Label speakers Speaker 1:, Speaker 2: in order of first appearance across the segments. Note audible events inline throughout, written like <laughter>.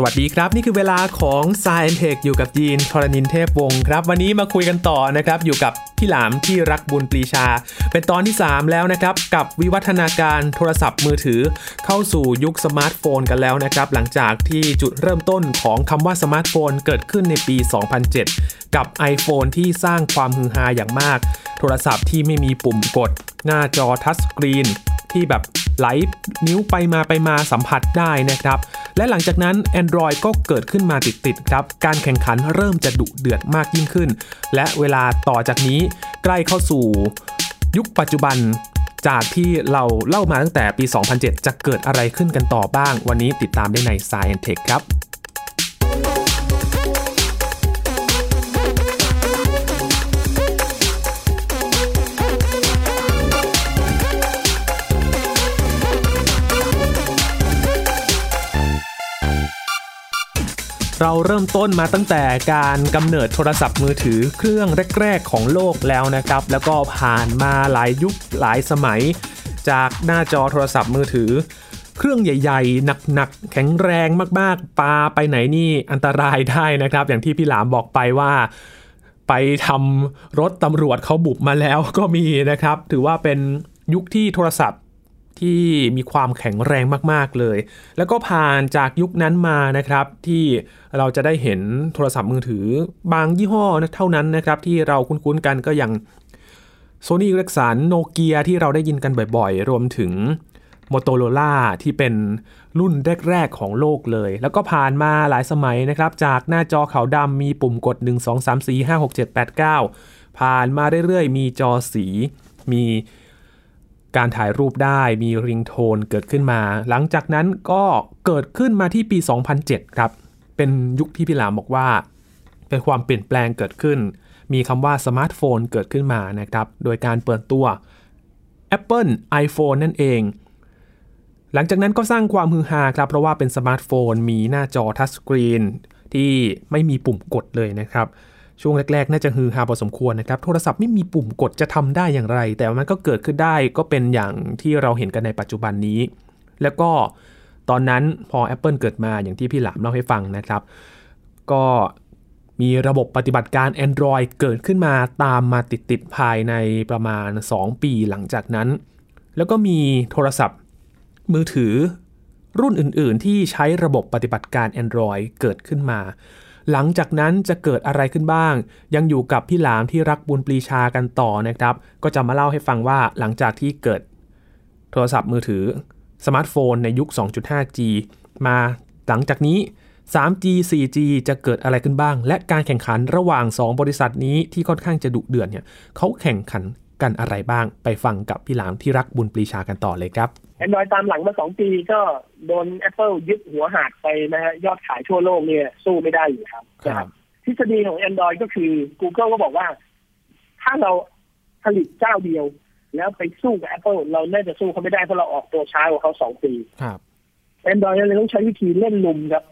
Speaker 1: สวัสดีครับ นี่คือเวลาของ s ซเอ็นเทคอยู่กับยีนทรณินเทพวงศ์ครับ วันนี้มาคุยกันต่อนะครับ อยู่กับพี่หลามที่รักบุญปรีชา เป็นตอนที่ 3 แล้วนะครับ กับวิวัฒนาการโทรศัพท์มือถือ เข้าสู่ยุคสมาร์ทโฟนกันแล้วนะครับ หลังจากที่จุดเริ่มต้นของคำว่าสมาร์ทโฟนเกิดขึ้นในปี 2007 กับ iPhone ที่สร้างความฮือฮาอย่างมาก โทรศัพท์ที่ไม่มีปุ่มกด หน้าจอทัชสกรีน ที่แบบไหลนิ้วไปมาไปมาสัมผัสได้นะครับ และหลังจากนั้น Android ก็เกิดขึ้นมาติดๆครับ การแข่งขันเริ่มจะดุเดือดมากยิ่งขึ้น และเวลาต่อจากนี้ใกล้เข้าสู่ ยุคปัจจุบันจากที่เราเล่ามาตั้งแต่ปี 2007 จะเกิดอะไรขึ้นกันต่อบ้าง วันนี้ติดตามได้ใน Science Tech ครับ เราเริ่มต้นมาตั้งแต่การกำเนิดโทรศัพท์มือถือเครื่องแรก ๆ ของโลกแล้วนะครับ แล้วก็ผ่านมาหลายยุคหลายสมัย จากหน้าจอโทรศัพท์มือถือ เครื่องใหญ่ ๆ หนัก ๆ แข็งแรงมากๆ ปาไปไหนนี่อันตรายได้นะครับ อย่างที่พี่หลามบอกไปว่า ไปทำรถตำรวจเขาบุบมาแล้วก็มีนะครับ ถือว่าเป็นยุคที่โทรศัพท์ ที่มีความแข็งแรงมากๆเลย แล้วก็ผ่านจากยุคนั้นมานะครับ ที่เราจะได้เห็นโทรศัพท์มือถือบางยี่ห้อนะเท่านั้นนะครับ ที่เราคุ้นๆกันก็อย่าง Sony e r i c s o n Nokia ที่เราได้ยินกันบ่อยๆ รวมถึง Motorola ที่เป็นรุ่นแรกๆ ของโลกเลย แล้วก็ผ่านมาหลายสมัยนะครับ จากหน้าจอขาวดำมีปุ่มกด 1 2 3 4 5 6 7 8 9 ผ่านมาเรื่อยๆ มีจอสี มีการถ่ายรูปได้มีริงโทนเกิดขึ้นมา หลังจากนั้นก็เกิดขึ้นมาที่ปี 2007 ครับ เป็นยุคที่พี่หลามบอกว่า เป็นความเปลี่ยนแปลงเกิดขึ้น มีคำว่าสมาร์ทโฟนเกิดขึ้นมานะครับ โดยการเปิดตัว Apple iPhone นั่นเอง หลังจากนั้นก็สร้างความฮือฮาครับ เพราะว่าเป็นสมาร์ทโฟน มีหน้าจอทัชสกรีนที่ไม่มีปุ่มกดเลยนะครับ ช่วงแรก ๆ น่าจะฮือฮาพอสมควรนะครับ โทรศัพท์ไม่มีปุ่มกดจะทำได้อย่างไร แต่มันก็เกิดขึ้นได้ก็เป็นอย่างที่เราเห็นกันในปัจจุบันนี้ แล้วก็ตอนนั้นพอ Apple เกิดมาอย่างที่พี่หลามเล่าให้ฟังนะครับ ก็มีระบบปฏิบัติการ Android เกิดขึ้นมาตามมาติด ๆ ภายในประมาณ 2 ปีหลังจากนั้น แล้วก็มีโทรศัพท์มือถือรุ่นอื่น ๆ ที่ใช้ระบบปฏิบัติการ Android เกิดขึ้นมา หลังจากนั้นจะเกิดอะไรขึ้นบ้าง ยังอยู่กับพี่หลามที่รักบุญปรีชากันต่อนะครับ ก็จะมาเล่าให้ฟังว่าหลังจากที่เกิด โทรศัพท์มือถือสมาร์ทโฟนในยุค 2.5G มาหลังจากนี้ 3G 4G จะเกิดอะไรขึ้นบ้าง และการแข่งขันระหว่าง 2 บริษัทนี้ที่ค่อนข้างจะดุเดือดเนี่ยเขาแข่งขันกันอะไรบ้าง ไปฟังกับพี่หลามที่รักบุญปรีชากันต่อเลยครับ
Speaker 2: แอนดรอยตามหลังมาสองปีก็โดน Apple ยึดหัวหาดไปนะฮะยอดขายทั่วโลกเนี่ยสู้ไม่ได้อยู่ครับ
Speaker 1: ครับ
Speaker 2: นะทฤษฎีของ Android ก็คือ Google ก็บอกว่า ถ้าเราผลิตเจ้าเดียว แล้วไปสู้กับ Apple เราน่าจะสู้เขาไม่ได้เพราะเราออกตัวช้ากว่าเขาสองปี
Speaker 1: ครับ
Speaker 2: Android เลยต้องใช้วิธีเล่นลุมครับ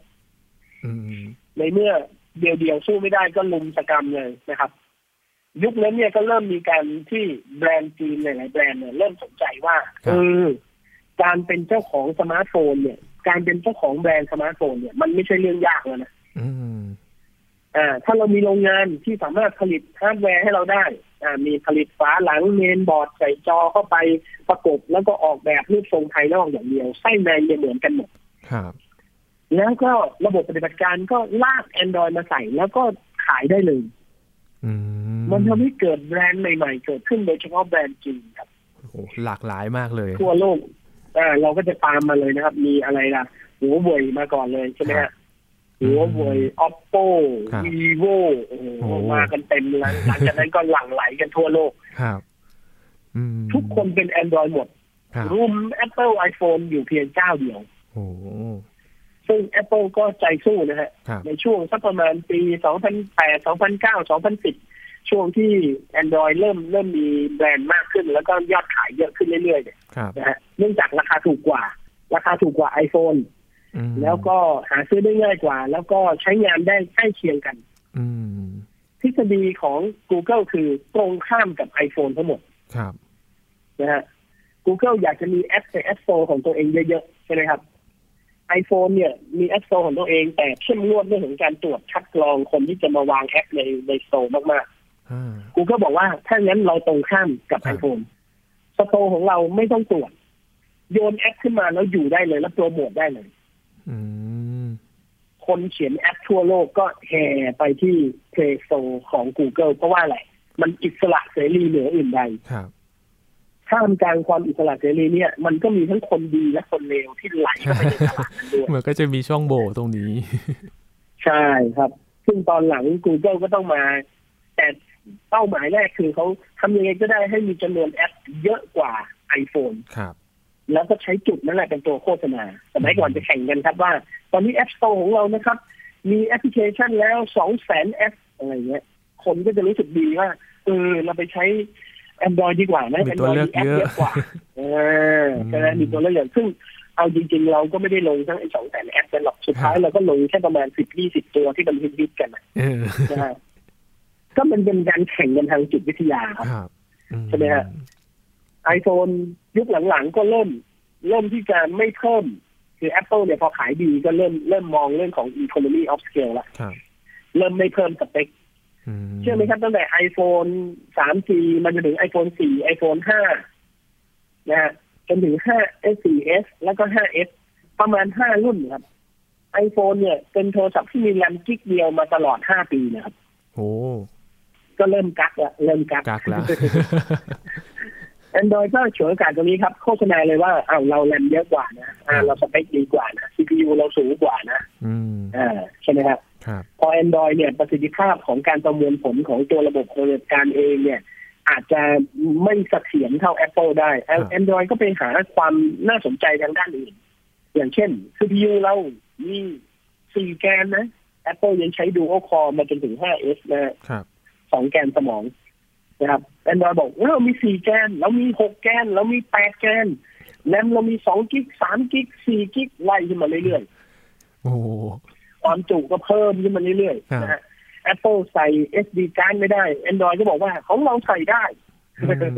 Speaker 1: อืม
Speaker 2: ในเมื่อเดียวเดียวๆสู้ไม่ได้ก็ลุมสกรรมเลยนะครับ ยุคนั้นเนี่ยก็เริ่มมีการที่แบรนด์จีนหลายๆแบรนด์เนี่ยเริ่มสนใจว่า
Speaker 1: ครับ
Speaker 2: เออการเป็นเจ้าของสมาร์ทโฟนเนี่ย การเป็นเจ้าของแบรนด์สมาร์ทโฟนเนี่ยมันไม่ใช่เรื่องยากแล้วนะ
Speaker 1: อืม
Speaker 2: อ่าถ้าเรามีโรงงานที่สามารถผลิตฮาร์ดแวร์ให้เราได้อ่ามีผลิตฝาหลังเมนบอร์ดใส่จอเข้าไปประกบแล้วก็ออกแบบรูปทรงภายนอกอย่างเดียวไส้ในเนี่ยเหมือนกันหมด
Speaker 1: ครับ
Speaker 2: แล้วก็ระบบปฏิบัติการก็ลาก Android มาใส่แล้วก็ขายได้เลย
Speaker 1: อืม
Speaker 2: มันทำให้เกิดแบรนด์ใหม่ๆ เกิดขึ้นโดยเฉพาะแบรนด์จีนครับ
Speaker 1: โอ้โหหลากหลายมากเลย
Speaker 2: ทั่วโลกอ่าเราก็จะตามมาเลยนะครับ มีอะไรล่ะหัวเว่ยมาก่อนเลยใช่ไหมฮะหัวเว่ย oppo
Speaker 1: ครับ
Speaker 2: vivo โอ้โห
Speaker 1: โอ้
Speaker 2: มากันเต็มแล้วหลังจากนั้นก็หลั่งไหลกันทั่วโลก
Speaker 1: ครับอืม
Speaker 2: ทุกคนเป็น Android หมด
Speaker 1: ครับ
Speaker 2: รุม Apple iPhone อยู่เพียงเจ้าเดียว
Speaker 1: โอ้โห
Speaker 2: ซึ่ง Apple ก็ใจสู้นะฮะ
Speaker 1: ครับ
Speaker 2: ในช่วงสักประมาณปี 2008 2009 2010 ช่วงที่ Android เริ่มเริ่มมีแบรนด์มากขึ้น แล้วก็ยอดขายเยอะขึ้นเรื่อยๆเนี่ย
Speaker 1: ครับ
Speaker 2: นะฮะ เนื่องจากราคาถูกกว่า ราคาถูกกว่า iPhone
Speaker 1: อืม
Speaker 2: แล้วก็หาซื้อได้ง่ายกว่า แล้วก็ใช้งานได้ใกล้เคียงกัน
Speaker 1: อืม
Speaker 2: ทฤษฎีของ Google คือตรงข้ามกับ iPhone ทั้งหมด
Speaker 1: ครับ
Speaker 2: นะฮะ Google อยากจะมีแอปใน App Store ของตัวเองเยอะๆ ใช่ไหมครับ iPhone เนี่ยมี App Store ของตัวเอง แต่เข้มงวดเรื่องของการตรวจคัดกรองคนที่จะมาวางแอปในในโซมาก
Speaker 1: อ่า
Speaker 2: ๆกูก็บอกว่าถ้างั้นเราตรงข้ามกับ
Speaker 1: ครับ
Speaker 2: iPhone สโตร์ของเราไม่ต้องตรวจ โยนแอปขึ้นมาแล้วอยู่ได้เลย แล้วโปรโมทได้เลย
Speaker 1: อืม
Speaker 2: คนเขียนแอปทั่วโลกก็แห่ไปที่ Play Store ของ Google เพราะว่าอะไร มันอิสระเสรีเหนืออื่นใด
Speaker 1: ครับ
Speaker 2: ท่ามกลางความอิสระเสรีเนี่ยมันก็มีทั้งคนดีและคนเลวที่ไหลเข้าไปในตลาดนั้นด้วย
Speaker 1: มันก็จะมีช่องโหว่ตรงนี้
Speaker 2: ใช่ครับ ซึ่งตอนหลัง Google ก็ต้องมา แต่เป้าหมายแรกคือเขาทำยังไงก็ได้ให้มีจำนวนแอปเยอะกว่า iPhone
Speaker 1: ครับ
Speaker 2: แล้วก็ใช้จุดนั่นแหละเป็นตัวโฆษณา สมัยก่อนจะแข่งกันครับว่า ตอนนี้ App Store ของเรานะครับ มีแอปพลิเคชันแล้วสองแสนแอปอะไรเงี้ย คนก็จะรู้สึกดีว่าเออเราไปใช้ Android ดีกว่านะ
Speaker 1: มีตัว
Speaker 2: Android
Speaker 1: เลือก
Speaker 2: มีแอป
Speaker 1: เยอะ
Speaker 2: เยอะก
Speaker 1: <laughs>
Speaker 2: ว่า เออใช่ไหม
Speaker 1: อืม
Speaker 2: มีตัวเลือกอย่างซึ่งเอาจริง ๆ เราก็ไม่ได้ลงทั้งไอ้สองแสนแอปกันหรอกสุดท้ายเราก็ลงแค่ประมาณสิบยี่สิบตัวที่มันฮิตๆกันนะ
Speaker 1: เออ
Speaker 2: นะฮะ ก็มันเป็นการแข่งกันทางจิตวิทยาครับ
Speaker 1: ครับอื
Speaker 2: ใช่ไหมฮะ ไอโฟนยุคหลังๆ ก็เริ่ม เริ่มที่จะไม่เพิ่ม คือ Apple เนี่ยพอขายดีก็เริ่มเริ่มมองเรื่องของ economy of scale ละ
Speaker 1: ครับ
Speaker 2: เริ่มไม่เพิ่มสเปค
Speaker 1: ม
Speaker 2: เชื่อไหมครับตั้งแต่ iPhone 3G มันจะถึง iPhone 4 iPhone 5นะฮะจนถึง5 S 4S แล้วก็ 5S ประมาณ 5 รุ่นครับ iPhone เนี่ยเป็นโทรศัพท์ที่มีแรมกิกเดียวมาตลอด 5 ปีนะครับ
Speaker 1: โอ้
Speaker 2: ก็เริ่มกักละเริ่มกัก
Speaker 1: กักแล้ว
Speaker 2: แอนดรอยก็ฉวยโอกาสตรงนี้ครับ โฆษณาเลยว่าอ้าวเราแรมเยอะกว่านะอ่าเราสเปคดีกว่านะ CPU เราสูงกว่านะ
Speaker 1: อืม
Speaker 2: อ่าใช่ไหมครับ
Speaker 1: ครับ
Speaker 2: พอ Android เนี่ยประสิทธิภาพของการประมวลผลของตัวระบบปฏิบัติการเองเนี่ย อาจจะไม่เสถียรเท่า Apple ได้ Android ก็ไปหาความน่าสนใจทางด้านอื่น อย่างเช่น CPU เรามี4แกนนะ Apple ยังใช้ Dual Core มาจนถึง 5S นะฮะ
Speaker 1: ครับ
Speaker 2: สองแกนสมองนะครับแอนดรอยบอกเอ้ยเรามีสี่แกนเรามีหกแกนเรามีแปดแกนแรมเรามีสองกิกสามกิกสี่กิกไล่ขึ้นมาเรื่อย
Speaker 1: โอ้โห
Speaker 2: ๆ ความจุก็เพิ่มขึ้นมาเรื่อย
Speaker 1: ครับ
Speaker 2: ๆนะฮะ Apple ใส่ SD card ไม่ได้ Android ก็บอกว่าของเราใส่ได้
Speaker 1: อืม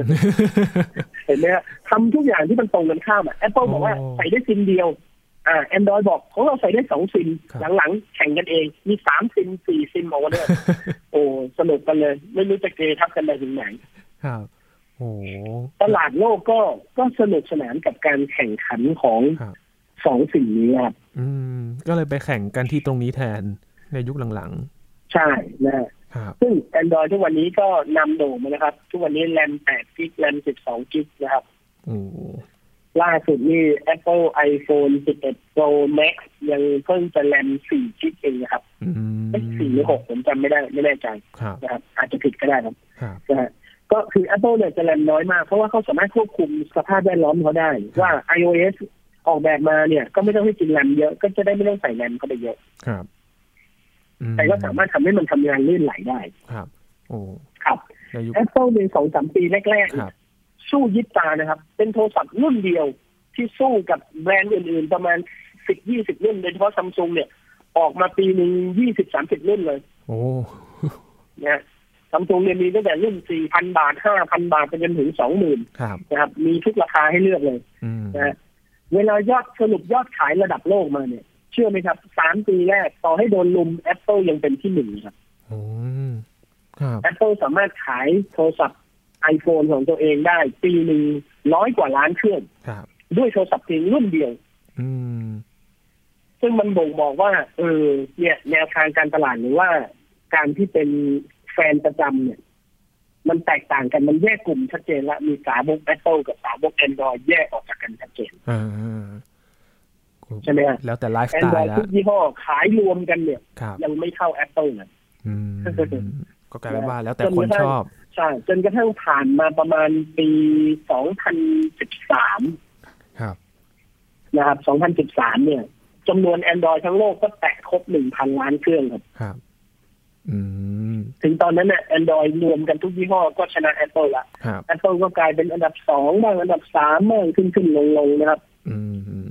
Speaker 2: เห็นไหมฮะทำทุกอย่างที่มันตรงกันข้ามอ่ะ Apple บอกว่า
Speaker 1: โอ้
Speaker 2: ใส่ได้ซิมเดียว อ่า Android บอกของเราใส่ได้สองซิม
Speaker 1: ครับ
Speaker 2: หลังๆ แข่งกันเอง มีสามซิมสี่ซิมออกมาเลย โอ้สนุกกันเลย ไม่รู้จะเกทับกันไปถึงไหน
Speaker 1: ครับโอ้โห
Speaker 2: ตลาดโลกก็ก็สนุกสนานกับการแข่งขันของ
Speaker 1: ครับ
Speaker 2: สองสิ่งนี้ครับ
Speaker 1: อืมก็เลยไปแข่งกันที่ตรงนี้แทนในยุคหลัง
Speaker 2: ใช่นะฮะ
Speaker 1: ๆ ครับ
Speaker 2: ซึ่ง Android ทุกวันนี้ก็นำโด่งมานะครับ ทุกวันนี้แรม8กิกแรม12กิกนะครับ
Speaker 1: โอ้โห
Speaker 2: ล่าสุดนี่ Apple iPhone 11 Pro Max ยังเพิ่งจะแรม4กิกเองนะครับ
Speaker 1: อืม
Speaker 2: เอ้ย4หรือ6ผมจำไม่ได้ไม่แน่ใจ
Speaker 1: ครับ
Speaker 2: นะครับ อาจจะผิดก็ได้ครับ
Speaker 1: ครับ
Speaker 2: นะฮะก็คือ Apple เนี่ยจะแรมน้อยมาก เพราะว่าเขาสามารถควบคุมสภาพแวดล้อมเขาได้ ว่า iOS ออกแบบมาเนี่ย ก็ไม่ต้องให้กินแรมเยอะก็จะได้ไม่ต้องใส่แรมเข้าไปเยอะ
Speaker 1: ครับอื
Speaker 2: แต่ก็สามารถทำให้มันทำงานลื่นไหลได้
Speaker 1: ครับ โอ้
Speaker 2: ครับ
Speaker 1: ในยุค
Speaker 2: Apple ในสองสามปีแรก
Speaker 1: ครับ
Speaker 2: ๆ สู้ยิบตานะครับ เป็นโทรศัพท์รุ่นเดียวที่สู้กับแบรนด์อื่นๆ ประมาณสิบยี่สิบรุ่นโดยเฉพาะซัมซุงเนี่ย ออกมาปีหนึ่งยี่สิบสามสิบรุ่นเลย
Speaker 1: โอ้
Speaker 2: นะฮะซัมซุงเนี่ยมีตั้งแต่รุ่นสี่พันบาทห้าพันบาทไปจนถึงสองหมื่น
Speaker 1: ครับ
Speaker 2: นะครับ มีทุกราคาให้เลือกเลย
Speaker 1: อืม
Speaker 2: นะฮะเวลายอดสรุปยอดขายระดับโลกมาเนี่ย เชื่อไหมครับสามปีแรกต่อให้โดนลุม Apple ยังเป็นที่หนึ่งครับ
Speaker 1: โอ้ครับ
Speaker 2: Apple สามารถขายโทรศัพท์ iPhone ของตัวเองได้ ปีหนึ่งร้อยกว่าล้านเครื่อง
Speaker 1: ครับ
Speaker 2: ด้วยโทรศัพท์เพียงรุ่นเดียว
Speaker 1: อืม
Speaker 2: ซึ่งมันบ่งบอกว่า เออ เนี่ย แนวทางการตลาดหรือว่า การที่เป็นแฟนประจำเนี่ย มันแตกต่างกันมันแยกกลุ่มชัดเจนละมีสาวก Apple กับสาวก Android แยกออกจากกันชัดเจน
Speaker 1: อ่า
Speaker 2: ใช่ไหมฮะ
Speaker 1: แล้วแต่ไลฟ์สไตล์
Speaker 2: Android
Speaker 1: แล้ว
Speaker 2: ทุกยี่ห้อขายรวมกันเนี่ย
Speaker 1: ครับ
Speaker 2: ยังไม่เท่า Apple เลย
Speaker 1: อืมก็กลายเป็นว่าแล้วแต่
Speaker 2: จน
Speaker 1: ค
Speaker 2: ก
Speaker 1: น
Speaker 2: ระทั่ง
Speaker 1: ชอบ
Speaker 2: ใช่จนกระทั่งผ่านมาประมาณปี 2013
Speaker 1: ครับ
Speaker 2: นะครับ 2013 เนี่ยจำนวน Android ทั้งโลกก็แตะครบ 1,000 ล้านเครื่องครับ
Speaker 1: ครับ อืม
Speaker 2: ถึงตอนนั้นเนี่ย Android รวมกันทุกยี่ห้อก็ชนะ Apple ละ
Speaker 1: ครับ
Speaker 2: Apple ก็กลายเป็นอันดับ 2 บ้าง อันดับ 3 บ้าง ขึ้นขึ้นลงลงนะครับ
Speaker 1: อืม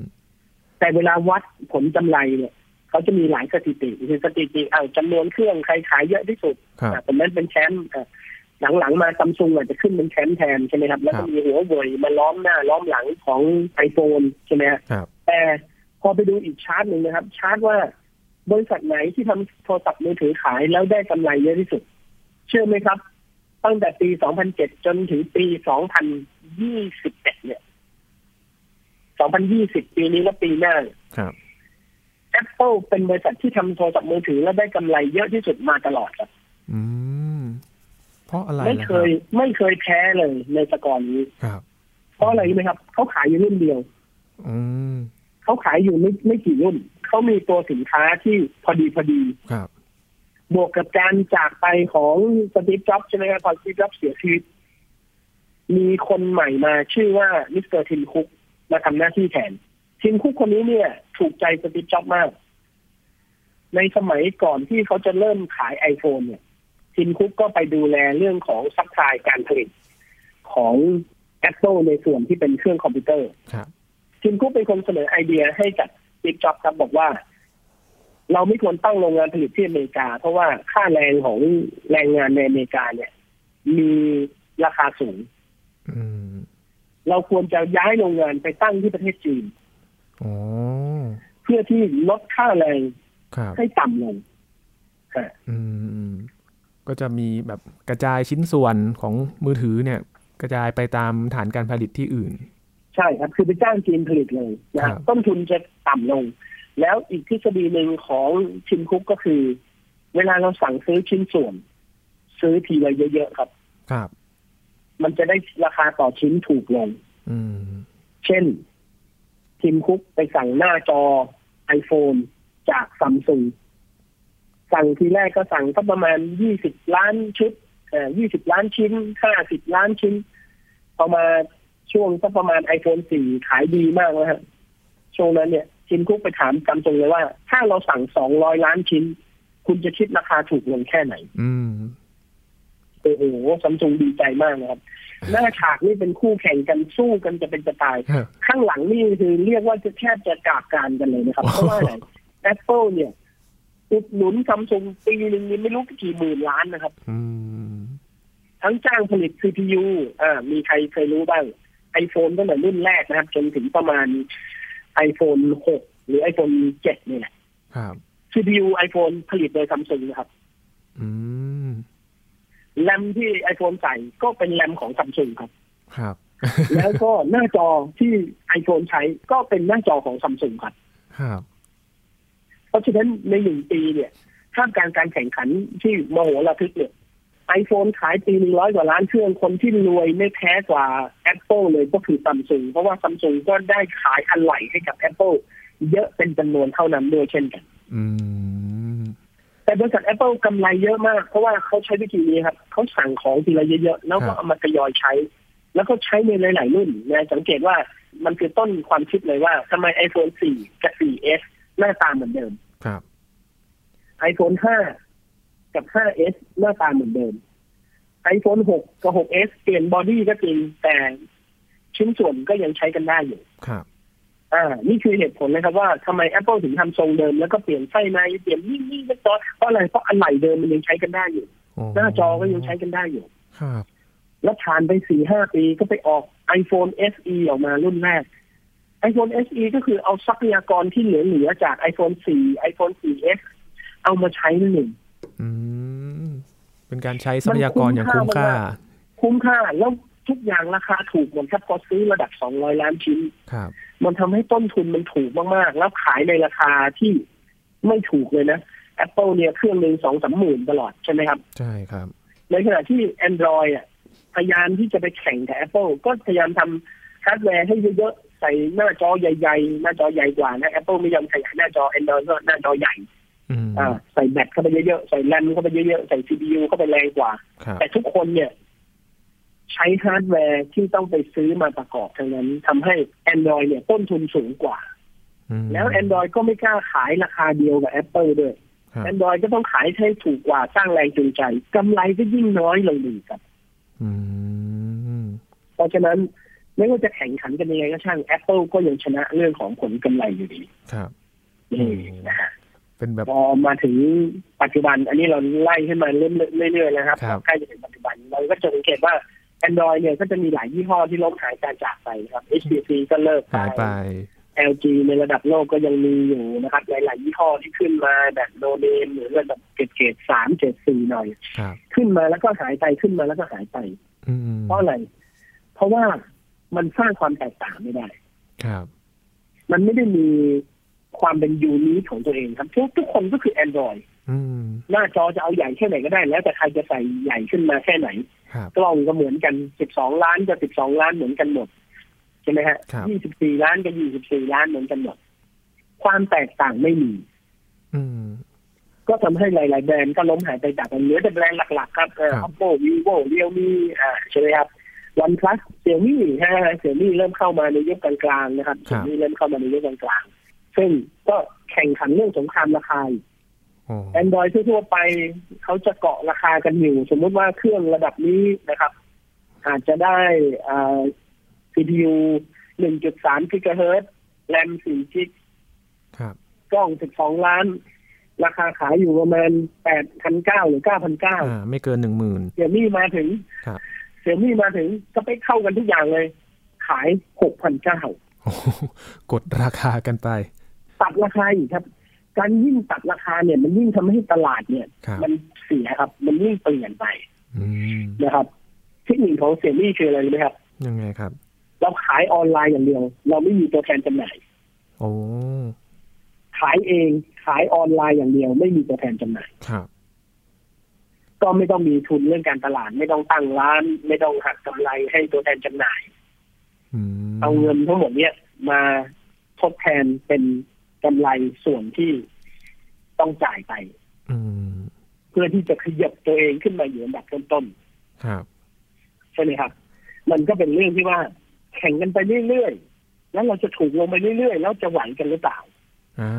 Speaker 2: แต่เวลาวัดผลกำไรเนี่ยเขาจะมีหลายสถิติคือสถิติเอาจำนวนเครื่องใครขายเยอะที่สุด
Speaker 1: ครับ
Speaker 2: อ่ะคนนั้นเป็นแชมป์อ่ะหลังๆ มาซัมซุงอาจจะขึ้นเป็นแชมป์แทนใช่ไหมครับ แล้ว
Speaker 1: ครั
Speaker 2: ก็
Speaker 1: บ
Speaker 2: มีหัวเว่ยมาล้อมหน้าล้อมหลังของ iPhone ใช่ไหมฮะ
Speaker 1: ครับ
Speaker 2: แต่ พอไปดูอีกชาร์ตหนึ่งนะครับ ชาร์ตว่าบริษัทไหนที่ทำโทรศัพท์มือถือขายแล้วได้กำไรเยอะที่สุด เชื่อไหมครับ ตั้งแต่ปี 2007 จนถึงปี 2021 เนี่ย 2020 ปีนี้และปีหน้า
Speaker 1: ครับ
Speaker 2: Apple เป็นบริษัทที่ทำโทรศัพท์มือถือแล้วได้กำไรเยอะที่สุดมาตลอดครับ
Speaker 1: อืมเพราะอะไร
Speaker 2: ไม่
Speaker 1: ล่ะ
Speaker 2: เคยไม่เคยแพ้เลยในสกอร์นี้
Speaker 1: ครับ
Speaker 2: เพราะอะไรรู้ไหมครับ เขาขายอยู่รุ่นเดียว
Speaker 1: อืม
Speaker 2: เขาขายอยู่ไม่ไม่กี่รุ่น เขามีตัวสินค้าที่พอดีพอดี
Speaker 1: ครับ
Speaker 2: บวกกับการจากไปของสตีฟจ็อบส์ใช่ไหมครับพอสตีฟจ็อบส์เสียชีวิต มีคนใหม่มาชื่อว่ามิสเตอร์ทิมคุกมาทำหน้าที่แทนทิมคุกคนนี้เนี่ย ถูกใจสตีฟจ็อบส์มาก ในสมัยก่อนที่เขาจะเริ่มขายไอโฟนเนี่ยทิมคุกก็ไปดูแลเรื่องของซัพพลายการผลิตของ Apple ในส่วนที่เป็นเครื่องคอมพิวเตอร์
Speaker 1: ครับ
Speaker 2: ทีมคุกเป็นคนเสนอไอเดียให้กับบิ๊กจ็อบครับบอกว่า เราไม่ควรตั้งโรงงานผลิตที่อเมริกา เพราะว่าค่าแรงของแรงงานในอเมริกาเนี่ย มีราคาสูง
Speaker 1: อืม
Speaker 2: เราควรจะย้ายโรงงานไปตั้งที่ประเทศจีน
Speaker 1: อ๋อ
Speaker 2: เพื่อที่ลดค่าแรง
Speaker 1: ครับ
Speaker 2: ให้ต่ำลงฮะ
Speaker 1: อืมอืมก็จะมีแบบกระจายชิ้นส่วนของมือถือเนี่ย กระจายไปตามฐานการผลิตที่อื่น
Speaker 2: ใช่ครับ คือไปจ้างจีนผลิตเลยนะ
Speaker 1: ครั
Speaker 2: ฮะ
Speaker 1: บ
Speaker 2: ต้นทุนจะต่ำลง แล้วอีกทฤษฎีหนึ่งของชิมคุกก็คือ เวลาเราสั่งซื้อชิ้นส่วน ซื้อทีละเยอะๆครับ
Speaker 1: ครับ
Speaker 2: มันจะได้ราคาต่อชิ้นถูกลง
Speaker 1: อืม
Speaker 2: เช่น ทีมคุกไปสั่งหน้าจอ iPhone จากซัมซุงสั่งทีแรกก็สั่งสักประมาณยี่สิบล้านชุดเอ่อยี่สิบล้านชิ้นห้าสิบล้านชิ้นพอมาช่วงสักประมาณ iPhone สี่ขายดีมากนะฮะช่วงนั้นเนี่ยทีมคุกไปถามซัมซุงเลยว่า ถ้าเราสั่งสองร้อยล้านชิ้น คุณจะคิดราคาถูกลงแค่ไหน
Speaker 1: อืม
Speaker 2: โอ้โหซัมซุงดีใจมากนะครับ หน้าฉากนี่เป็นคู่แข่งกันสู้กันจะเป็นจะตาย
Speaker 1: ครับ
Speaker 2: ข้างหลังนี่คือเรียกว่าจะแทบจะกากการกันเลยนะครับ
Speaker 1: โอ้โห
Speaker 2: เพราะว่าอะไร Apple เนี่ยอุดหนุนซัมซุงปีหนึ่งนี่ไม่รู้กี่หมื่นล้านนะครับ
Speaker 1: อืม
Speaker 2: ทั้งจ้างผลิต CPU อ่า มีใครเคยรู้บ้าง iPhone ตั้งแต่รุ่นแรกนะครับ จนถึงประมาณ iPhone 6 หรือ iPhone 7นี่แหละ
Speaker 1: ครับ
Speaker 2: CPU iPhone ผลิตโดยซัมซุงนะครับ
Speaker 1: อืม
Speaker 2: แรมที่ iPhone ใส่ก็เป็นแรมของซัมซุง
Speaker 1: <laughs>
Speaker 2: ครับ
Speaker 1: ครับ
Speaker 2: แล้วก็หน้าจอที่ iPhone ใช้ก็เป็นหน้าจอของซัมซุงครับ
Speaker 1: ครับ
Speaker 2: เพราะฉะนั้นในหนึ่งปีเนี่ยท่ามกลางการแข่งขันที่มโหฬารทึกเนี่ยไอโฟนขายปีหนึ่งร้อยกว่าล้านเครื่องคนที่รวยไม่แพ้กว่า Apple เลยก็คือซัมซุงเพราะว่าซัมซุงก็ได้ขายอะไหล่ให้กับ Apple เยอะเป็นจำนวนเท่านั้นด้วยเช่นกัน
Speaker 1: อืม
Speaker 2: แต่บริษัท Apple กำไรเยอะมาก เพราะว่าเขาใช้วิธีนี้ครับเขาสั่งของทีละเยอะๆ แล้ว
Speaker 1: ครั
Speaker 2: ก็
Speaker 1: บ
Speaker 2: เอามาทยอยใช้ แล้วก็ใช้ในหลายๆรุ่นนะสังเกตว่ามันคือต้นความคิดเลยว่าทำไม iPhone 4 กับ 4S หน้าตาเหมือนเดิม
Speaker 1: ครับ
Speaker 2: iPhone 5 กับ 5S หน้าตาเหมือนเดิม iPhone 6 กับ 6S เปลี่ยนบอดี้ก็จริง แต่ชิ้นส่วนก็ยังใช้กันได้อยู่
Speaker 1: ครับ
Speaker 2: อ่า นี่คือเหตุผลนะครับว่าทำไม Apple ถึงทำทรงเดิม แล้วก็เปลี่ยนไส้ในเปลี่ยนนี่นี่เล็กน้อยเพราะอะไรเพราะอันใหม่เดิมมันยังใช้กันได้อยู่
Speaker 1: โอ้
Speaker 2: หน้าจอก็ยังใช้กันได้อยู่
Speaker 1: ครับ
Speaker 2: แล้วผ่านไปสี่ห้าปีก็ไปออก iPhone SE ออกมารุ่นแรก iPhone SE ก็คือเอาทรัพยากรที่เหลือๆจาก iPhone 4 iPhone 4S เอามาใช้นั่นเอง
Speaker 1: อืม เป็นการใช้ทรัพยากรอย่างคุ้มค่า
Speaker 2: คุ้มค่าแล้วทุกอย่างราคาถูกหมดครับพอซื้อระดับ 200 ล้านชิ้น
Speaker 1: ครับ
Speaker 2: มันทำให้ต้นทุนมันถูกมากๆ แล้วขายในราคาที่ไม่ถูกเลยนะ Apple เนี่ยเครื่องหนึ่งสองสามหมื่นตลอดใช่ไหมครับ
Speaker 1: ใช่ครับ
Speaker 2: ในขณะที่ Android อ่ะพยายามที่จะไปแข่งกับ Apple ก็พยายามทำฮาร์ดแวร์ให้เยอะๆ ใส่หน้าจอใหญ่ๆ หน้าจอใหญ่กว่านะ Apple ไม่ยอมขยายหน้าจอ Android ก็หน้าจอใหญ่
Speaker 1: อืม
Speaker 2: อ่าใส่แบตเข้าไปเยอะๆ ใส่แรมเข้าไปเยอะๆ ใส่ CPU เข้าไปแรงกว่า
Speaker 1: ครับ
Speaker 2: แต่ทุกคนเนี่ย ใช้ฮาร์ดแวร์ที่ต้องไปซื้อมาประกอบทั้งนั้นทำให้ Android เนี่ยต้นทุนสูงกว่า
Speaker 1: อืม
Speaker 2: แล้ว Android ก็ไม่กล้าขายราคาเดียวกับ Apple ด้วย
Speaker 1: ครับ
Speaker 2: Android ก็ต้องขายให้ถูกกว่าสร้างแรงจูงใจกำไรก็ยิ่งน้อยลงดีครับ
Speaker 1: อืม
Speaker 2: เพราะฉะนั้นไม่ว่าจะแข่งขันกันยังไงก็ช่าง Apple ก็ยังชนะเรื่องของผลกำไรอยู่ดี
Speaker 1: ครับ
Speaker 2: อืมนะฮะ
Speaker 1: เป็นแบบ
Speaker 2: พอมาถึงปัจจุบัน อันนี้เราไล่ขึ้นมาเรื่อยๆนะครับ
Speaker 1: ครับ
Speaker 2: ใกล้จะถึงปัจจุบันเราก็จะสังเกตว่า Android เนี่ยก็จะมีหลายยี่ห้อที่ล้มหายการจากไปนะครับ HTC ก็เลิกไป
Speaker 1: หายไป
Speaker 2: LG ในระดับโลกก็ยังมีอยู่นะครับ หลาย ๆ ยี่ห้อที่ขึ้นมาแบบโนเนมหรือระดับเกรดเกรดสามเกรดสี่หน่อย
Speaker 1: ครับ
Speaker 2: ขึ้นมาแล้วก็หายไปขึ้นมาแล้วก็หายไป
Speaker 1: อืม
Speaker 2: เพราะอะไร เพราะว่ามันสร้างความแตกต่างไม่ได้
Speaker 1: ครับ
Speaker 2: มันไม่ได้มีความเป็นยูนิคของตัวเองครับทุกทุกคนก็คือ Android
Speaker 1: อืม
Speaker 2: หน้าจอจะเอาใหญ่แค่ไหนก็ได้ แล้วแต่ใครจะใส่ใหญ่ขึ้นมาแค่ไหน
Speaker 1: ครับ
Speaker 2: กล้องก็เหมือนกัน 12 ล้านกับ12 ล้านเหมือนกันหมด ใช่ไหมฮะ
Speaker 1: ครับ
Speaker 2: 24 ล้านกับ24 ล้านเหมือนกันหมด ความแตกต่างไม่มี
Speaker 1: อืม
Speaker 2: ก็ทำให้หลาย ๆ แบรนด์ก็ล้มหายไปจากกันเหลือแต่แบรนด์หลัก ๆ ครับเอ่อ
Speaker 1: ครับ
Speaker 2: oppo vivo realme อ่าใช่ไหมครับ oneplus xiaomi ฮะ xiaomi เริ่มเข้ามาในยุคกลางๆ นะครับ
Speaker 1: ครับ
Speaker 2: xiaomi เริ่มเข้ามาในยุคกลางๆ ซึ่งก็แข่งขันเรื่องสงครามราคาอยู่
Speaker 1: โอ้
Speaker 2: Android ทั่วๆไปเขาจะเกาะราคากันอยู่ สมมติว่าเครื่องระดับนี้นะครับ อาจจะได้อ่า CPU 1.3 กิกะเฮิรตซ์ RAM 4 กิก
Speaker 1: ครับ
Speaker 2: กล้อง 12 ล้าน ราคาขายอยู่ประมาณ 8,900 หรือ
Speaker 1: อ่า
Speaker 2: 9,900
Speaker 1: ไม่เกินหนึ่งหมื่น
Speaker 2: เสี่ยมี่มาถึง
Speaker 1: ครับ
Speaker 2: เสี่ยมี่มาถึงสเปคเข้ากันทุกอย่างเลย ขาย 6,900
Speaker 1: โอ้โหกดราคากันไป
Speaker 2: ตัดราคาอีกครับ การยิ่งตัดราคาเนี่ยมันยิ่งทำให้ตลาดเนี่ย
Speaker 1: ครับ
Speaker 2: มันเสียครับ มันยิ่งเปลี่ยนไป
Speaker 1: อืม
Speaker 2: นะครับเทคนิคของเสี่ยมี่คืออะไรรู้ไหมครับ
Speaker 1: ยังไงครับ
Speaker 2: เราขายออนไลน์อย่างเดียว เราไม่มีตัวแทนจำหน่าย
Speaker 1: โอ้
Speaker 2: ขายเองขายออนไลน์อย่างเดียว ไม่มีตัวแทนจำหน่าย
Speaker 1: ครับ
Speaker 2: ก็ไม่ต้องมีทุนเรื่องการตลาด ไม่ต้องตั้งร้าน ไม่ต้องหักกำไรให้ตัวแทนจำหน่าย
Speaker 1: อืม
Speaker 2: เอาเงินทั้งหมดเนี้ยมาทดแทนเป็นกำไรส่วนที่ต้องจ่ายไป
Speaker 1: อืม
Speaker 2: เพื่อที่จะขยับตัวเองขึ้นมาอยู่อันดับต้น
Speaker 1: ครับ
Speaker 2: ๆใช่ไหมครับ มันก็เป็นเรื่องที่ว่าแข่งกันไปเรื่อยๆแล้วเราจะถูกลงไปเรื่อยๆแล้วจะไหวกันหรือเปล่า
Speaker 1: อ่า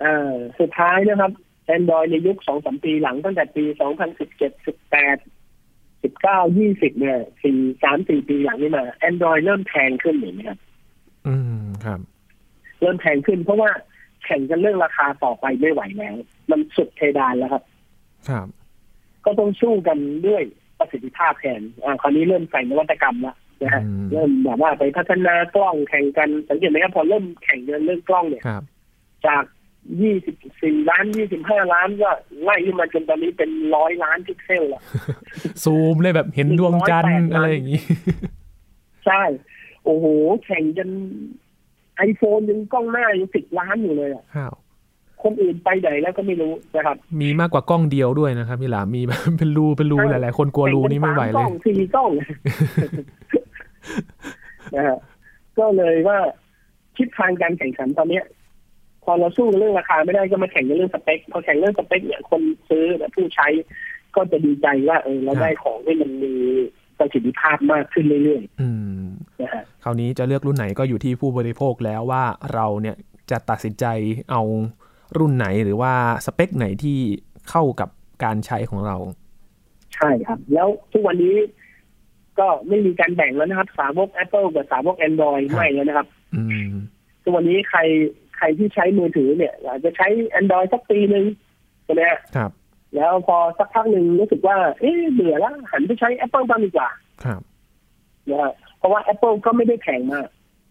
Speaker 2: เอ่อสุดท้ายนะครับ Android ในยุคสองสามปีหลังตั้งแต่ปีสองพันสิบเจ็ดสิบแปดสิบเก้ายี่สิบเนี่ยสี่สามสี่ปีหลังนี่มา Android เริ่มแพงขึ้นเห็นไหมครับ
Speaker 1: อืมครับ
Speaker 2: เริ่มแพงขึ้นเพราะว่าแข่งกันเรื่องราคาต่อไปไม่ไหวแล้ว มันสุดเพดานแล้วครับ
Speaker 1: ครับ
Speaker 2: ก็ต้องสู้กันด้วยประสิทธิภาพแทนอ่าคราวนี้เริ่มใส่นวัตกรรมละนะฮะ
Speaker 1: อืม
Speaker 2: เริ่มแบบว่าไปพัฒนากล้องแข่งกันสังเกตไหมครับพอเริ่มแข่งกันเรื่องกล้องเนี่ย
Speaker 1: ครับ
Speaker 2: จาก 24 ล้าน 25 ล้านก็ไล่ขึ้นมาจนตอนนี้เป็นร้อยล้านพิกเซลแล้ว
Speaker 1: ซูมเลยแบบเห็นดวงจันทร์อะไรอย่างนี้ <laughs>
Speaker 2: ใช่ โอ้โห แข่งจนไอโฟนยังกล้องหน้ายังสิบล้านอยู่เลยอะ
Speaker 1: ข้าว
Speaker 2: คนอื่นไปไหนแล้วก็ไม่รู้นะครับ
Speaker 1: มีมากกว่ากล้องเดียวด้วยนะครับพี่หลามมีแบบ <laughs> เป็นรูเป็นรูหลายๆคนกลัวรูนี่ไม่ไหวเลย
Speaker 2: แข่งกันสามกล้องสี่กล้อง <laughs> นะฮะก็เลยว่าทิศทางการแข่งขันตอนเนี้ย พอเราสู้เรื่องราคาไม่ได้ก็มาแข่งกันเรื่องสเปคพอแข่งเรื่องสเปคเนี่ยคนซื้อและผู้ใช้ก็จะดีใจว่าเออ
Speaker 1: ค
Speaker 2: เรา
Speaker 1: รับ
Speaker 2: ได้ของที่มันมีประสิทธิภาพมากขึ้นเรื่อย
Speaker 1: อืม
Speaker 2: ๆนะฮะ
Speaker 1: คราวนี้จะเลือกรุ่นไหนก็อยู่ที่ผู้บริโภคแล้วว่าเราเนี่ยจะตัดสินใจเอารุ่นไหนหรือว่าสเปคไหนที่เข้ากับการใช้ของเรา
Speaker 2: ใช่ครับ แล้วทุกวันนี้ก็ไม่มีการแบ่งแล้วนะครับ สาวก Apple กับสาวก Android
Speaker 1: ครับ
Speaker 2: ไม่แล้วนะครับ
Speaker 1: อืม
Speaker 2: ทุกวันนี้ใครใครที่ใช้มือถือเนี่ยอาจจะใช้ Android สักปีหนึ่งใช่ไหมฮะ
Speaker 1: ครับ
Speaker 2: แล้วพอสักพักหนึ่งรู้สึกว่า เอ๊ะเบื่อแล้วหันไปใช้ Apple บ้างดีกว่า
Speaker 1: ครับ
Speaker 2: นะฮะเพราะว่า Apple ก็ไม่ได้แพงมาก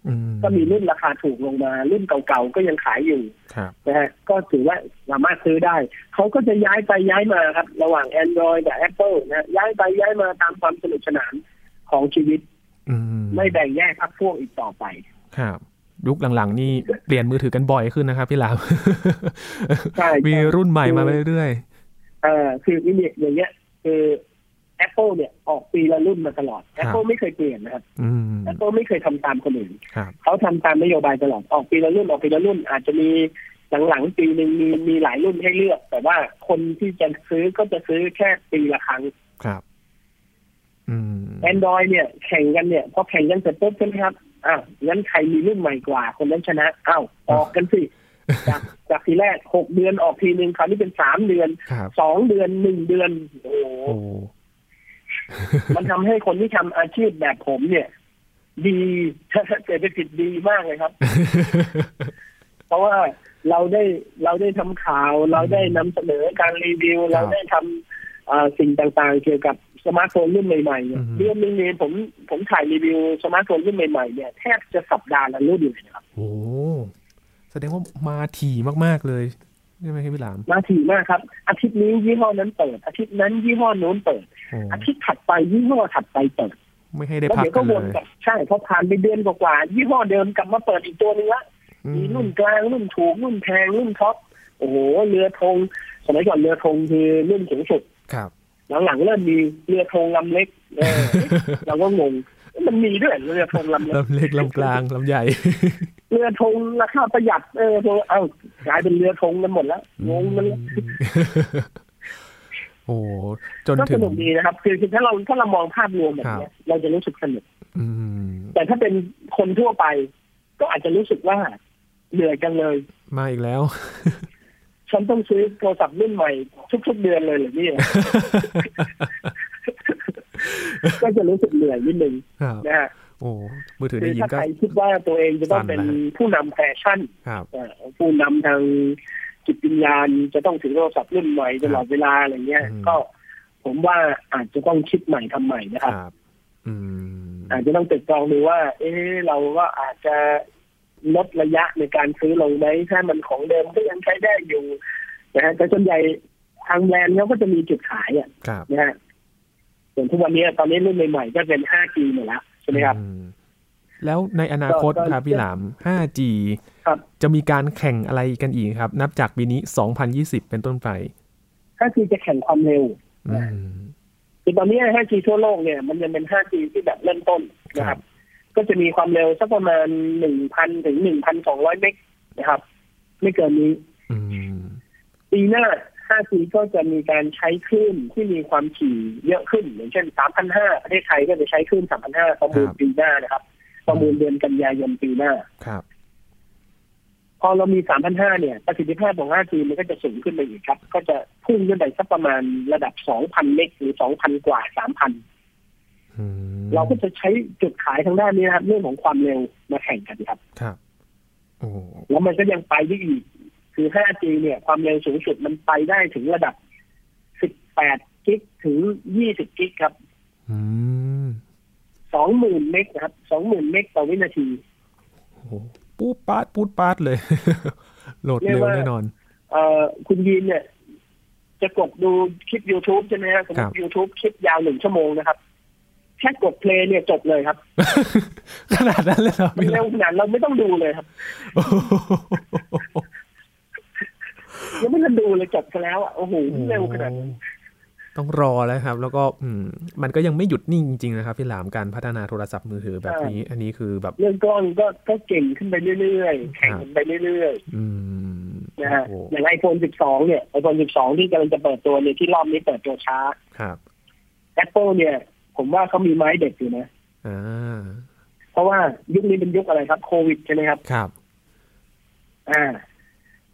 Speaker 1: อืม
Speaker 2: ก็มีรุ่นราคาถูกลงมา รุ่นเก่าๆ ก็ยังขายอยู่
Speaker 1: ครับ
Speaker 2: นะฮะก็ถือว่าสามารถซื้อได้ เขาก็จะย้ายไปย้ายมาครับ ระหว่าง Android กับ Apple นะฮะย้ายไปย้ายมาตามความสนุกสนานของชีวิต
Speaker 1: อืม
Speaker 2: ไม่แบ่งแยกพักพวกอีกต่อไป
Speaker 1: ครับ ยุคหลังๆ นี่เปลี่ยนมือถือกันบ่อยขึ้นนะครับพี่หลาม <laughs>
Speaker 2: ใช่
Speaker 1: มีรุ่นใหม่มาเรื่อย
Speaker 2: เอ่อคือวินิจอย่างเงี้ย คือ Apple เนี่ยออกปีละรุ่นมาตลอด Apple ไม่เคยเปลี่ยนนะครับ
Speaker 1: ๆ อืม
Speaker 2: Apple ไม่เคยทำตามคนอื่น
Speaker 1: ครับ
Speaker 2: เขาทำตามนโยบายตลอด ออกปีละรุ่นออกปีละรุ่น อาจจะมีหลังๆปีหนึ่งมีมีหลายรุ่นให้เลือก แต่ว่าคนที่จะซื้อก็จะซื้อแค่ปีละครั้ง
Speaker 1: ครับ อืม
Speaker 2: Android เนี่ยแข่งกันเนี่ยพอแข่งกันเสร็จปุ๊บใช่ไหมครับอ้าวงั้นใครมีรุ่นใหม่กว่า คนนั้นชนะอ้าวออกกัน
Speaker 1: <laughs>
Speaker 2: สิจากจากทีแรกหกเดือนออกทีหนึ่งคราวนี้เป็นสามเดือน
Speaker 1: ครับ
Speaker 2: สองเดือนหนึ่งเดือนโอ้โห
Speaker 1: โอ้ <laughs>
Speaker 2: มันทำให้คนที่ทำอาชีพแบบผมเนี่ย ดี <laughs> เศรษฐกิจดีมากเลยครับ เพราะว่าเราได้เราได้ทำข่าว เราได้นำเสนอการรีวิว
Speaker 1: ครับ
Speaker 2: เราได้ทำเอ่อสิ่งต่างๆ เกี่ยวกับ สมาร์ทโฟนรุ่นใหม่ๆเนี่
Speaker 1: อื
Speaker 2: ย
Speaker 1: อฮึ
Speaker 2: เดือนหนึงเนี่ยผมผมถ่ายรีวิวสมาร์ทโฟนรุ่นใหม่ๆเนี่ยแทบจะสัปดาห์ละรุ่นเลยนะครับ
Speaker 1: โอ้โหแสดงว่ามาถี่มากๆเลยใช่ไหมครับพี่หลาม
Speaker 2: มาถี่มากครับ อาทิตย์นี้ยี่ห้อนั้นเปิด อาทิตย์นั้นยี่ห้อนู้นเปิด
Speaker 1: โอ้
Speaker 2: อาทิตย์ถัดไปยี่ห้อถัดไปเปิด
Speaker 1: ไม่ให้ได้
Speaker 2: แล้ว
Speaker 1: พัก
Speaker 2: เดี๋ยว
Speaker 1: กั
Speaker 2: ก็
Speaker 1: น
Speaker 2: ว
Speaker 1: เล
Speaker 2: น
Speaker 1: ย
Speaker 2: กลับใช่พอผ่านไปเดือนกว่าๆยี่ห้อเดิมกลับมาเปิดอีกตัวหนึงละ
Speaker 1: อื
Speaker 2: มีรุ่นกลางรุ่นถูกรุ่นแพงรุ่นท็อปโอ้โหเรือธงสมัยก่อนเรือธงคือรุ่นสูงสุด
Speaker 1: ครับ
Speaker 2: หลังๆเริ่มมีเรือธงลำเล็กเออ <laughs> เราก็งงมันมีด้วยเรือธงลำเล็ก
Speaker 1: ลำเล็กลำกลางลำใหญ่
Speaker 2: เรือธงราคาประหยัดเออเอ้ากลายเป็นเรือธงกันหมดแล้วงงมัน
Speaker 1: โอ้โหจน
Speaker 2: ก็
Speaker 1: ถึ
Speaker 2: ส
Speaker 1: ง
Speaker 2: นุกดีนะครับคือคือถ้าเราถ้าเรามองภาพรวมแบบเนี้ยเราจะรู้สึกสนุก
Speaker 1: อืม
Speaker 2: แต่ถ้าเป็นคนทั่วไป ก็อาจจะรู้สึกว่าเหนื่อยจังเลย
Speaker 1: มาอีกแล้ว
Speaker 2: ฉันต้องซื้อโทรศัพท์รุ่นใหม่ทุกๆเดือนเลยเหรือเนี่ย
Speaker 1: <laughs>
Speaker 2: ก็จะรู้สึกเหนื่อยนิดนึง
Speaker 1: ครับ
Speaker 2: นะฮะ
Speaker 1: โอ้มือถือ
Speaker 2: คื
Speaker 1: ได้
Speaker 2: อ
Speaker 1: ยิน
Speaker 2: ถ้า
Speaker 1: ก็
Speaker 2: ใครคิดว่าตัวเองจะต้อง
Speaker 1: สั่
Speaker 2: เป็น
Speaker 1: นแล้ว
Speaker 2: ผู้นำแฟชั่น
Speaker 1: ครับ
Speaker 2: เอ่อผู้นำทางจิตวิญญาณจะต้องถือโทรศัพท์รุ่นใหม่ตลอดเวลาอะไรเงี้ย
Speaker 1: อืม
Speaker 2: ก็ผมว่าอาจจะต้องคิดใหม่ทำใหม่นะครับ
Speaker 1: ครับ อืม
Speaker 2: อาจจะต้องติดตรองดูว่า เอ๊ะเราก็อาจจะลดระยะในการซื้อลงไหมถ้ามันของเดิมก็ยังใช้ได้อยู่นะฮะแต่ส่วนใหญ่ทางแบรนด์เขาก็จะมีจุดขายอ่ะ
Speaker 1: ครับ
Speaker 2: นะฮะส่วนทุกวันนี้ตอนนี้รุ่นใหม่ๆก็เป็น 5G หมดแล้วใช่ไหมครับ
Speaker 1: อืมแล้วในอนาคต
Speaker 2: ก็ก็
Speaker 1: ครับพี่หลาม 5G
Speaker 2: ครับ
Speaker 1: จะมีการแข่งอะไรกันอีกครับ นับจากปีนี้ 2020 เป็นต้นไป
Speaker 2: ก็คือจะแข่งความเร็ว
Speaker 1: อืม
Speaker 2: คือตอนนี้ 5G ทั่วโลกเนี่ยมันยังเป็น 5G ที่แบบเริ่มต้นนะค
Speaker 1: ครั
Speaker 2: รับ บ ก็จะมีความเร็วสักประมาณ 1,000 ถึง 1,200 เมกนะครับ ไม่เกินนี้
Speaker 1: อืม
Speaker 2: ปีหน้า 5G ก็จะมีการใช้คลื่นที่มีความถี่เยอะขึ้น อย่างเช่น 3,500 ประเทศไทยก็จะใช้คลื่น 3,500 ประมูล
Speaker 1: ครับ
Speaker 2: ปีหน้านะครับ ประมูลเดือนกันยายนปีหน้า
Speaker 1: ครับ
Speaker 2: พอเรามี 3,500 เนี่ย ประสิทธิภาพของ 5G มันก็จะสูงขึ้นไปอีกครับ ก็จะพุ่งขึ้นไปสักประมาณระดับ 2,000 เมกหรือ 2,000 กว่า 3,000
Speaker 1: อืม
Speaker 2: เราก็จะใช้จุดขายทางด้านนี้นะครับ เรื่องของความเร็วมาแข่งกันครับ
Speaker 1: ครับ โอ้
Speaker 2: แล้วมันก็ยังไปได้อีก คือ 5G เนี่ย ความเร็วสูงสุดมันไปได้ถึงระดับ 18 กิกถึง 20 กิกครับ
Speaker 1: อืม
Speaker 2: 20,000 เมกนะครับ 20,000 เมกต่อวินาที
Speaker 1: โอ้ปูดปาดปูดปาดเลย <laughs> โหลดเร็วแน่น <laughs> อน
Speaker 2: เอ่อคุณยีนเนี่ย จะกดดูคลิป YouTube ใช่ไหมครับสมม
Speaker 1: ครั
Speaker 2: ติ
Speaker 1: บ
Speaker 2: YouTube คลิปยาวหนึ่งชั่วโมงนะครับ แค่กดเพลย์เนี่ยจบเลยครับ
Speaker 1: ขนาดนั้นเลยเหรอ
Speaker 2: มัน
Speaker 1: พี่ห
Speaker 2: เร็
Speaker 1: ลาว ม
Speaker 2: ขนาดเราไม่ต้องดูเลยครับ
Speaker 1: โอ้โห
Speaker 2: ยังไม่ต้องดูเลยจบไปแล้วอ่ะโอ้โหเร็วขนาดนั้น
Speaker 1: ต้องรอแล้วครับ แล้วก็อืมมันก็ยังไม่หยุดนิ่งจริงๆนะครับพี่หลามการพัฒนาโทรศัพท์มือถือแบบนี้ อันนี้คือแบบ
Speaker 2: เรื่องกล้องก็ก็เก่งขึ้นไปเรื่อยๆ แข่ง
Speaker 1: ครับ
Speaker 2: กันไปเรื่อยๆ
Speaker 1: อืม
Speaker 2: นะฮะ
Speaker 1: โอ้โห
Speaker 2: อย่างไอโฟน 12 เนี่ยไอโฟน 12 ที่กำลังจะเปิดตัวเนี่ยที่รอบนี้เปิดตัวช้า
Speaker 1: ครับ
Speaker 2: Apple เนี่ย ผมว่าเขามีไม้เด็ดอยู่นะ
Speaker 1: อ่า
Speaker 2: เพราะว่ายุคนี้เป็นยุคอะไรครับโควิดใช่ไหมครับ
Speaker 1: ครับ
Speaker 2: อ่า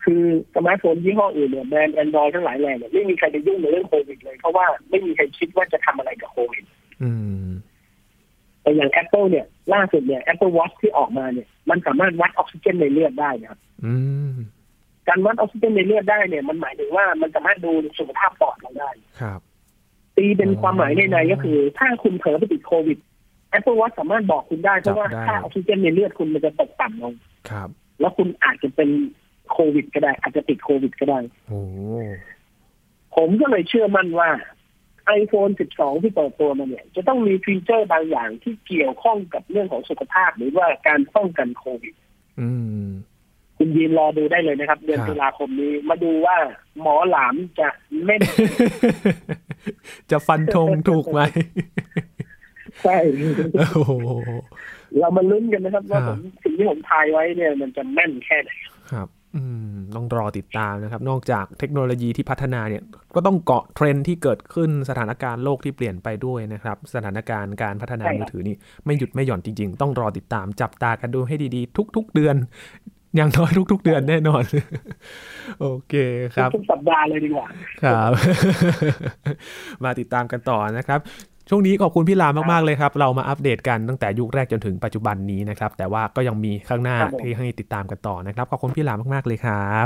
Speaker 2: คือสมาร์ทโฟนยี่ห้ออื่นเนี่ยแบรนด์แอนดรอยทั้งหลายแหล่เนี่ยไม่มีใครจะยุ่งในเรื่องโควิดเลย เพราะว่าไม่มีใครคิดว่าจะทำอะไรกับโควิด
Speaker 1: อืม
Speaker 2: แต่อย่าง Apple เนี่ย ล่าสุดเนี่ย Apple Watch ที่ออกมาเนี่ย มันสามารถวัดออกซิเจนในเลือดได้นะครับ
Speaker 1: อืม
Speaker 2: การวัดออกซิเจนในเลือดได้เนี่ยมันหมายถึงว่ามันสามารถดูสุขภาพปอดเราได้
Speaker 1: ครับ
Speaker 2: ตีเป็นความหมายในในก็คือ ถ้าคุณเผลอไปติดโควิด Apple Watch สามารถบอกคุณได้ เพราะว่า
Speaker 1: จับได้
Speaker 2: ค่าออกซิเจนในเลือดคุณมันจะตกต่ำลง
Speaker 1: ครับ
Speaker 2: แล้วคุณอาจจะเป็นโควิดก็ได้ อาจจะติดโควิดก็ได้
Speaker 1: โอ้โห
Speaker 2: ผมก็เลยเชื่อมั่นว่า iPhone 12 ที่เปิดตัวมาเนี่ย จะต้องมีฟีเจอร์บางอย่างที่เกี่ยวข้องกับเรื่องของสุขภาพ หรือว่าการป้องกันโควิด
Speaker 1: อืม <laughs>
Speaker 2: คุณยีนรอดูได้เลยนะครับ เดือน
Speaker 1: ครับ
Speaker 2: ตุลาคมนี้มาดูว่าหมอหลามจะเล่น
Speaker 1: จะฟันธงถูกไหม <laughs>
Speaker 2: ใช่
Speaker 1: โอ้ <laughs> โห
Speaker 2: เรามาลุ้นกันนะครับ ว่า
Speaker 1: ค
Speaker 2: ผ
Speaker 1: รับ
Speaker 2: มสิ่งที่ผมทายไว้เนี่ย มันจะแม่นแค่ไหน
Speaker 1: ครับ อืม ต้องรอติดตามนะครับ นอกจากเทคโนโลยีที่พัฒนาเนี่ย ก็ต้องเกาะเทรนด์ที่เกิดขึ้นสถานการณ์โลกที่เปลี่ยนไปด้วยนะครับ สถานการณ์การพัฒนา
Speaker 2: ใช่ครับ
Speaker 1: มือถือนี่ไม่หยุดไม่หย่อนจริง ๆ ต้องรอติดตามจับตากันดูให้ดีๆ ทุก ๆ เดือน อย่างน้อยทุก ๆ เดือนแน่นอน <laughs> โอเคครับ
Speaker 2: ทุกสัปดาห์เลยดีกว่า
Speaker 1: ครับ มาติดตามกันต่อนะครับ ช่วงนี้ขอบคุณพี่ลามมากๆเลยครับ เรามาอัปเดตกันตั้งแต่ยุคแรกจนถึงปัจจุบันนี้นะครับ แต่ว่าก็ยังมีข้างหน้า
Speaker 2: ครับผม
Speaker 1: ที่ให้ติดตามกันต่อนะครับ ขอบคุณพี่ลามมากๆเลยครับ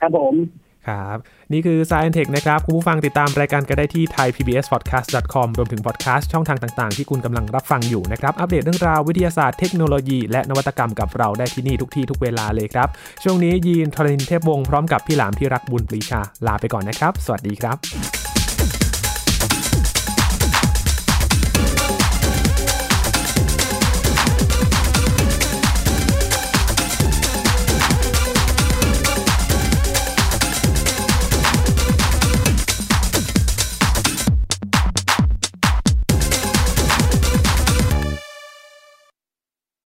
Speaker 2: ครับผม
Speaker 1: ครับ นี่คือ Science Tech นะครับ คุณผู้ฟังติดตามรายการก็ได้ที่ thaipbspodcast.com รวมถึงพอดแคสต์ช่องทางต่างๆ ที่คุณกำลังรับฟังอยู่นะครับ อัปเดตเรื่องราววิทยาศาสตร์เทคโนโลยี และนวัตกรรมกับเราได้ที่นี่ทุกที่ทุกเวลาเลยครับ ช่วงนี้ยีนทรินเทพวงศ์พร้อมกับพี่หลามที่รักบุญปรีชาลาไปก่อนนะครับ สวัสดีครับ